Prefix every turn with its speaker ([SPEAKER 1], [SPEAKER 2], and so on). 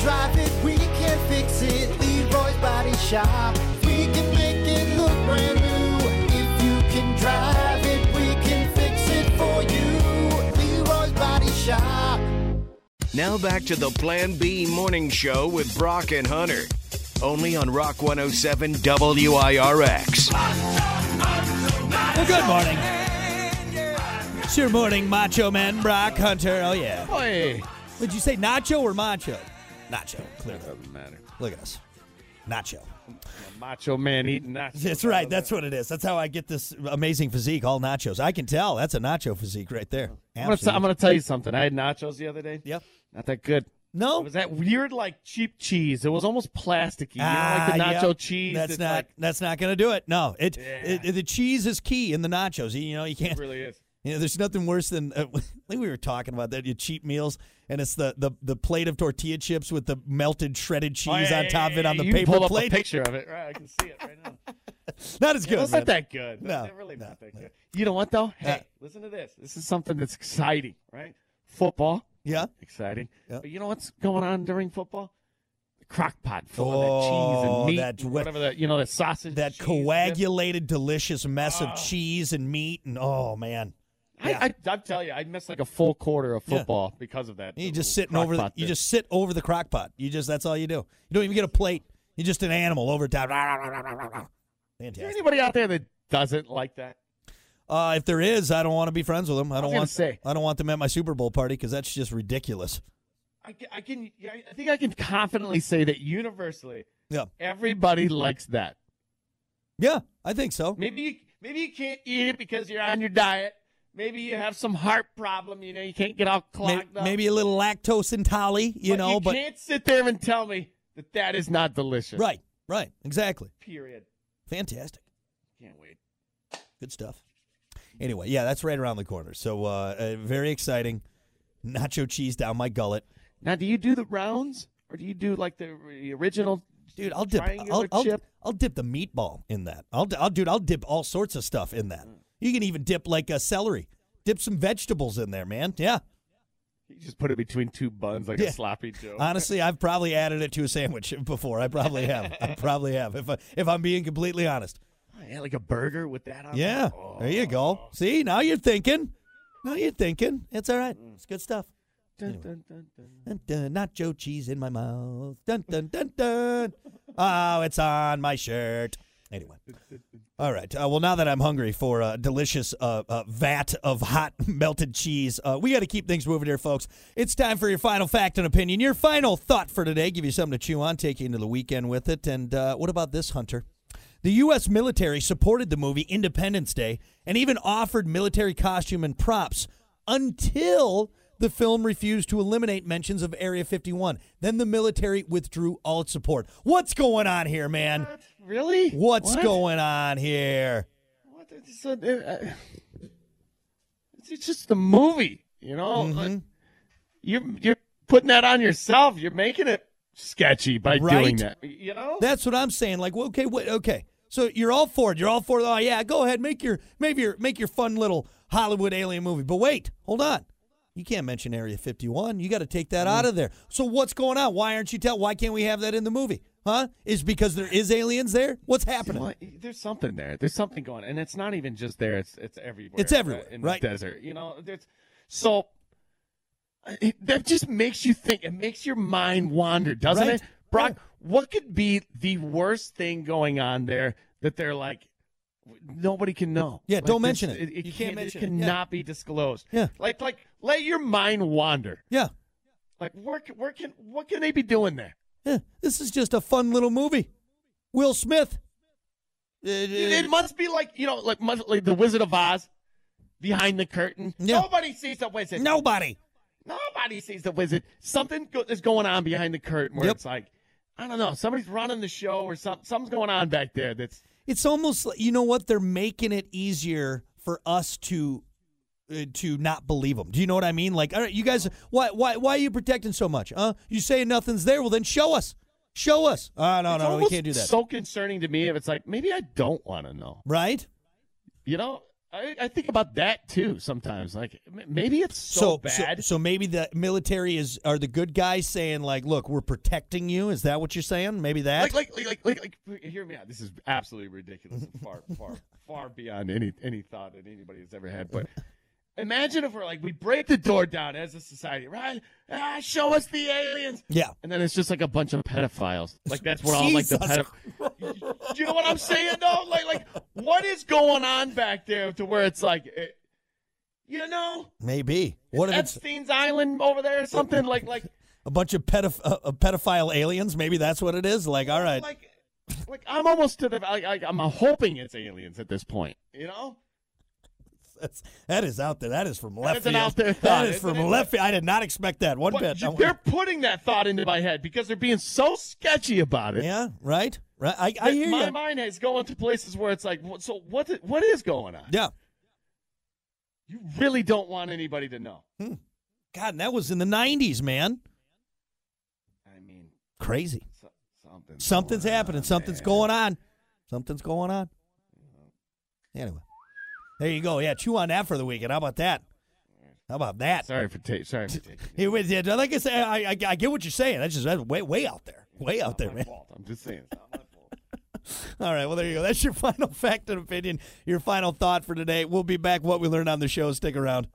[SPEAKER 1] drive it, we can fix it. Leroy's Body Shop. We can make it look brand new. If you can drive it, we can fix it for you. Leroy's Body Shop.
[SPEAKER 2] Now back to the Plan B morning show with Brock and Hunter. Only on Rock 107 WIRX.
[SPEAKER 3] Well, good morning. It's your morning, Macho Man Brock Hunter. Oh, yeah.
[SPEAKER 4] Hey.
[SPEAKER 3] Would you say nacho or macho? Nacho, clearly.
[SPEAKER 4] Doesn't matter.
[SPEAKER 3] Look at us. Nacho.
[SPEAKER 4] A macho man eating that.
[SPEAKER 3] That's right. That's what it is. That's how I get this amazing physique, all nachos. I can tell. That's a nacho physique right there.
[SPEAKER 4] I'm gonna, t- I'm gonna tell you something. I had nachos the other day.
[SPEAKER 3] Yep.
[SPEAKER 4] Not that good.
[SPEAKER 3] No.
[SPEAKER 4] It was that weird, like cheap cheese. It was almost plasticky. You know, like the
[SPEAKER 3] Ah,
[SPEAKER 4] nacho
[SPEAKER 3] yep.
[SPEAKER 4] cheese.
[SPEAKER 3] That's
[SPEAKER 4] it's
[SPEAKER 3] not.
[SPEAKER 4] Like,
[SPEAKER 3] that's not going to do it. No, it,
[SPEAKER 4] Yeah.
[SPEAKER 3] it- The cheese is key in the nachos. You know, you
[SPEAKER 4] it
[SPEAKER 3] can't.
[SPEAKER 4] really is.
[SPEAKER 3] You know, there's nothing worse than. Uh, I think we were talking about that. Your cheap meals, and it's the the, the plate of tortilla chips with the melted shredded cheese
[SPEAKER 4] Oh, yeah,
[SPEAKER 3] on
[SPEAKER 4] yeah,
[SPEAKER 3] top of it
[SPEAKER 4] yeah,
[SPEAKER 3] on the
[SPEAKER 4] you can
[SPEAKER 3] paper
[SPEAKER 4] pull
[SPEAKER 3] plate.
[SPEAKER 4] Up a picture of it. Right, I can see it right now.
[SPEAKER 3] Not as good.
[SPEAKER 4] It's
[SPEAKER 3] man.
[SPEAKER 4] not that good.
[SPEAKER 3] No,
[SPEAKER 4] It's really
[SPEAKER 3] no,
[SPEAKER 4] not that good. You know what though? Hey,
[SPEAKER 3] Yeah.
[SPEAKER 4] listen to this. This is something that's exciting, right? Football,
[SPEAKER 3] Yeah.
[SPEAKER 4] exciting.
[SPEAKER 3] Yeah.
[SPEAKER 4] But you know what's going on during football? The crock pot full
[SPEAKER 3] Oh,
[SPEAKER 4] of that cheese and meat,
[SPEAKER 3] that
[SPEAKER 4] and
[SPEAKER 3] wet-
[SPEAKER 4] whatever that you know, the sausage,
[SPEAKER 3] That
[SPEAKER 4] cheese dip.
[SPEAKER 3] coagulated, delicious mess
[SPEAKER 4] Ah.
[SPEAKER 3] of cheese and meat, and oh man, Yeah.
[SPEAKER 4] I, I, I tell you, I missed like a full quarter of
[SPEAKER 3] Yeah.
[SPEAKER 4] football because of that.
[SPEAKER 3] you
[SPEAKER 4] little
[SPEAKER 3] just sitting over. The,
[SPEAKER 4] crock-pot
[SPEAKER 3] you
[SPEAKER 4] thing.
[SPEAKER 3] just sit over the crock pot. You just that's all you do. You don't even get a plate. You're just an animal over top.
[SPEAKER 4] Is there
[SPEAKER 3] Fantastic.
[SPEAKER 4] anybody out there that doesn't like that?
[SPEAKER 3] Uh, if there is, I don't want to be friends with them. I
[SPEAKER 4] was
[SPEAKER 3] don't
[SPEAKER 4] gonna
[SPEAKER 3] want.
[SPEAKER 4] say.
[SPEAKER 3] I don't want them at my Super Bowl party because that's just ridiculous.
[SPEAKER 4] I can, I can, yeah, I think I can confidently say that universally,
[SPEAKER 3] Yeah.
[SPEAKER 4] everybody likes that.
[SPEAKER 3] Yeah, I think so.
[SPEAKER 4] Maybe you, maybe you can't eat it because you're on your diet. Maybe you have some heart problem. You know, you can't get all
[SPEAKER 3] May-
[SPEAKER 4] clogged up.
[SPEAKER 3] maybe a little lactose intolerant, you
[SPEAKER 4] But
[SPEAKER 3] know.
[SPEAKER 4] you
[SPEAKER 3] but
[SPEAKER 4] can't sit there and tell me that that is not delicious.
[SPEAKER 3] right, right, exactly.
[SPEAKER 4] Period.
[SPEAKER 3] Fantastic.
[SPEAKER 4] Can't wait.
[SPEAKER 3] Good stuff. Anyway, yeah, that's right around the corner. So uh, uh, very exciting. Nacho cheese down my gullet,
[SPEAKER 4] Now, do you do the rounds or do you do like the the original?
[SPEAKER 3] dude. I'll dip. I'll,
[SPEAKER 4] triangular
[SPEAKER 3] I'll,
[SPEAKER 4] chip?
[SPEAKER 3] I'll dip the meatball in that. I'll, di- I'll, dude. I'll dip all sorts of stuff in that. You can even dip like a celery. Dip some vegetables in there, man. Yeah.
[SPEAKER 4] You just put it between two buns like
[SPEAKER 3] Yeah. Uh,
[SPEAKER 4] a sloppy Joe.
[SPEAKER 3] Honestly, I've probably added it to a sandwich before. I probably have. I probably have. If I, if I'm being completely honest.
[SPEAKER 4] Oh, yeah, like a burger with that on.
[SPEAKER 3] Yeah.
[SPEAKER 4] it. Oh.
[SPEAKER 3] There you go. See, now you're thinking. Now you're thinking. It's all right. It's good stuff.
[SPEAKER 4] Dun, dun, dun, dun.
[SPEAKER 3] Dun, dun, nacho cheese in my mouth. Dun, dun, dun, dun. Oh, it's on my shirt. Anyway. All right. Uh, well, now that I'm hungry for a delicious uh, uh, vat of hot melted cheese, uh, we got to keep things moving here, folks. It's time for your final fact and opinion. Your final thought for today. Give you something to chew on, take you into the weekend with it. And uh, what about this, Hunter? The U.S. military supported the movie Independence Day and even offered military costume and props until the film refused to eliminate mentions of Area 51. Then the military withdrew all its support. What's going on here, man?
[SPEAKER 4] Really?
[SPEAKER 3] What's
[SPEAKER 4] What?
[SPEAKER 3] going on here?
[SPEAKER 4] What the- It's, a, uh, it's- it's just a movie, you know.
[SPEAKER 3] Mm-hmm.
[SPEAKER 4] Like, you're you're putting that on yourself. You're making it sketchy by doing
[SPEAKER 3] Right?
[SPEAKER 4] that. You know.
[SPEAKER 3] That's what I'm saying. Like, well, okay, wait, okay. So you're all for it. You're all for it. Oh yeah, go ahead, make your make your make your fun little Hollywood alien movie. But wait, hold on. You can't mention Area 51. You got to take that out of there. So what's going on? Why aren't you tell? Why can't we have that in the movie? Huh? Is because there is aliens there? What's happening?
[SPEAKER 4] Well, there's something there. There's something going, and it's not even just there. It's it's everywhere.
[SPEAKER 3] It's everywhere,
[SPEAKER 4] uh, in
[SPEAKER 3] right.
[SPEAKER 4] the desert. You know, there's so uh, it, that just makes you think. It makes your mind wander, doesn't
[SPEAKER 3] Right.
[SPEAKER 4] it, Brock? What could be the worst thing going on there that they're like? w- Nobody can know.
[SPEAKER 3] Yeah,
[SPEAKER 4] Like,
[SPEAKER 3] don't
[SPEAKER 4] this-
[SPEAKER 3] mention it.
[SPEAKER 4] It,
[SPEAKER 3] You
[SPEAKER 4] can't,
[SPEAKER 3] can't mention
[SPEAKER 4] it.
[SPEAKER 3] it, yeah.
[SPEAKER 4] Cannot be disclosed.
[SPEAKER 3] Yeah.
[SPEAKER 4] Like like let your mind wander.
[SPEAKER 3] Yeah.
[SPEAKER 4] Like where c- where can what can they be doing there?
[SPEAKER 3] yeah. This is just a fun little movie. Will Smith. Uh,
[SPEAKER 4] It, it must be like you know, like much like the Wizard of Oz, behind the curtain.
[SPEAKER 3] Yeah.
[SPEAKER 4] Nobody sees the wizard.
[SPEAKER 3] Nobody.
[SPEAKER 4] nobody sees the wizard. Something go- is going on behind the curtain where
[SPEAKER 3] Yep.
[SPEAKER 4] it's like, I don't know, somebody's running the show or something. Something's going on back there. That's
[SPEAKER 3] it's almost like you know what they're making it easier for us to uh, to not believe them. Do you know what I mean? Like, all right, you guys, why why why are you protecting so much? Huh? You saying nothing's there? Well, then show us, show us. Oh, no, no, no,
[SPEAKER 4] it's
[SPEAKER 3] we
[SPEAKER 4] almost
[SPEAKER 3] can't do that.
[SPEAKER 4] So concerning to me if it's like maybe I don't want to know.
[SPEAKER 3] right?
[SPEAKER 4] You know, I, I think about that too sometimes. Like m- maybe it's so, bad.
[SPEAKER 3] So, maybe the military is are the good guys saying like, "Look, we're protecting you." Is that what you're saying? Maybe that.
[SPEAKER 4] like, like, like, like, like, like, hear me out. This is absolutely ridiculous, and far, far, far beyond any any thought that anybody has ever had. But imagine if we're like, we break the door down as a society, right? Ah, show us the aliens,
[SPEAKER 3] yeah.
[SPEAKER 4] and then it's just like a bunch of pedophiles. Like that's where all like the
[SPEAKER 3] Jesus
[SPEAKER 4] pedophiles. You know what I'm saying? though? like, like, what is going on back there to where it's like, eh, you know,
[SPEAKER 3] Maybe. What if it's
[SPEAKER 4] Epstein's Island over there or something? Like, like.
[SPEAKER 3] a bunch of pedoph- uh, uh, pedophile aliens? Maybe that's what it is. Like, all right.
[SPEAKER 4] like like I'm almost to the like, like I'm hoping it's aliens at this point. You know,
[SPEAKER 3] That's, that is out there. That is from left
[SPEAKER 4] That's an
[SPEAKER 3] field.
[SPEAKER 4] out there
[SPEAKER 3] that
[SPEAKER 4] thought,
[SPEAKER 3] is from
[SPEAKER 4] isn't it?
[SPEAKER 3] left field. I did not expect that one
[SPEAKER 4] but
[SPEAKER 3] bit.
[SPEAKER 4] you- they're putting that thought into my head because they're being so sketchy about it.
[SPEAKER 3] yeah, right, right. I, I
[SPEAKER 4] that
[SPEAKER 3] hear
[SPEAKER 4] my
[SPEAKER 3] you.
[SPEAKER 4] mind is going to places where it's like, what- so what? i- What is going on?
[SPEAKER 3] Yeah.
[SPEAKER 4] You really don't want anybody to know.
[SPEAKER 3] God, and that was in the '90s, man.
[SPEAKER 4] I mean,
[SPEAKER 3] Crazy.
[SPEAKER 4] so, something.
[SPEAKER 3] Something's happening. Something's going on. Something's going on. Anyway, there you go. Yeah, chew on that for the weekend. How about that? How about that?
[SPEAKER 4] Sorry for taking. Sorry for taking.
[SPEAKER 3] Hey, wait, yeah, like I said, I, I, I get what you're saying. That's just that's way, way out there. Way out there,
[SPEAKER 4] My
[SPEAKER 3] man.
[SPEAKER 4] fault. I'm just saying. It's not my fault.
[SPEAKER 3] All right, well, there you go. That's your final fact and opinion, your final thought for today. We'll be back. What we learned on the show. Stick around.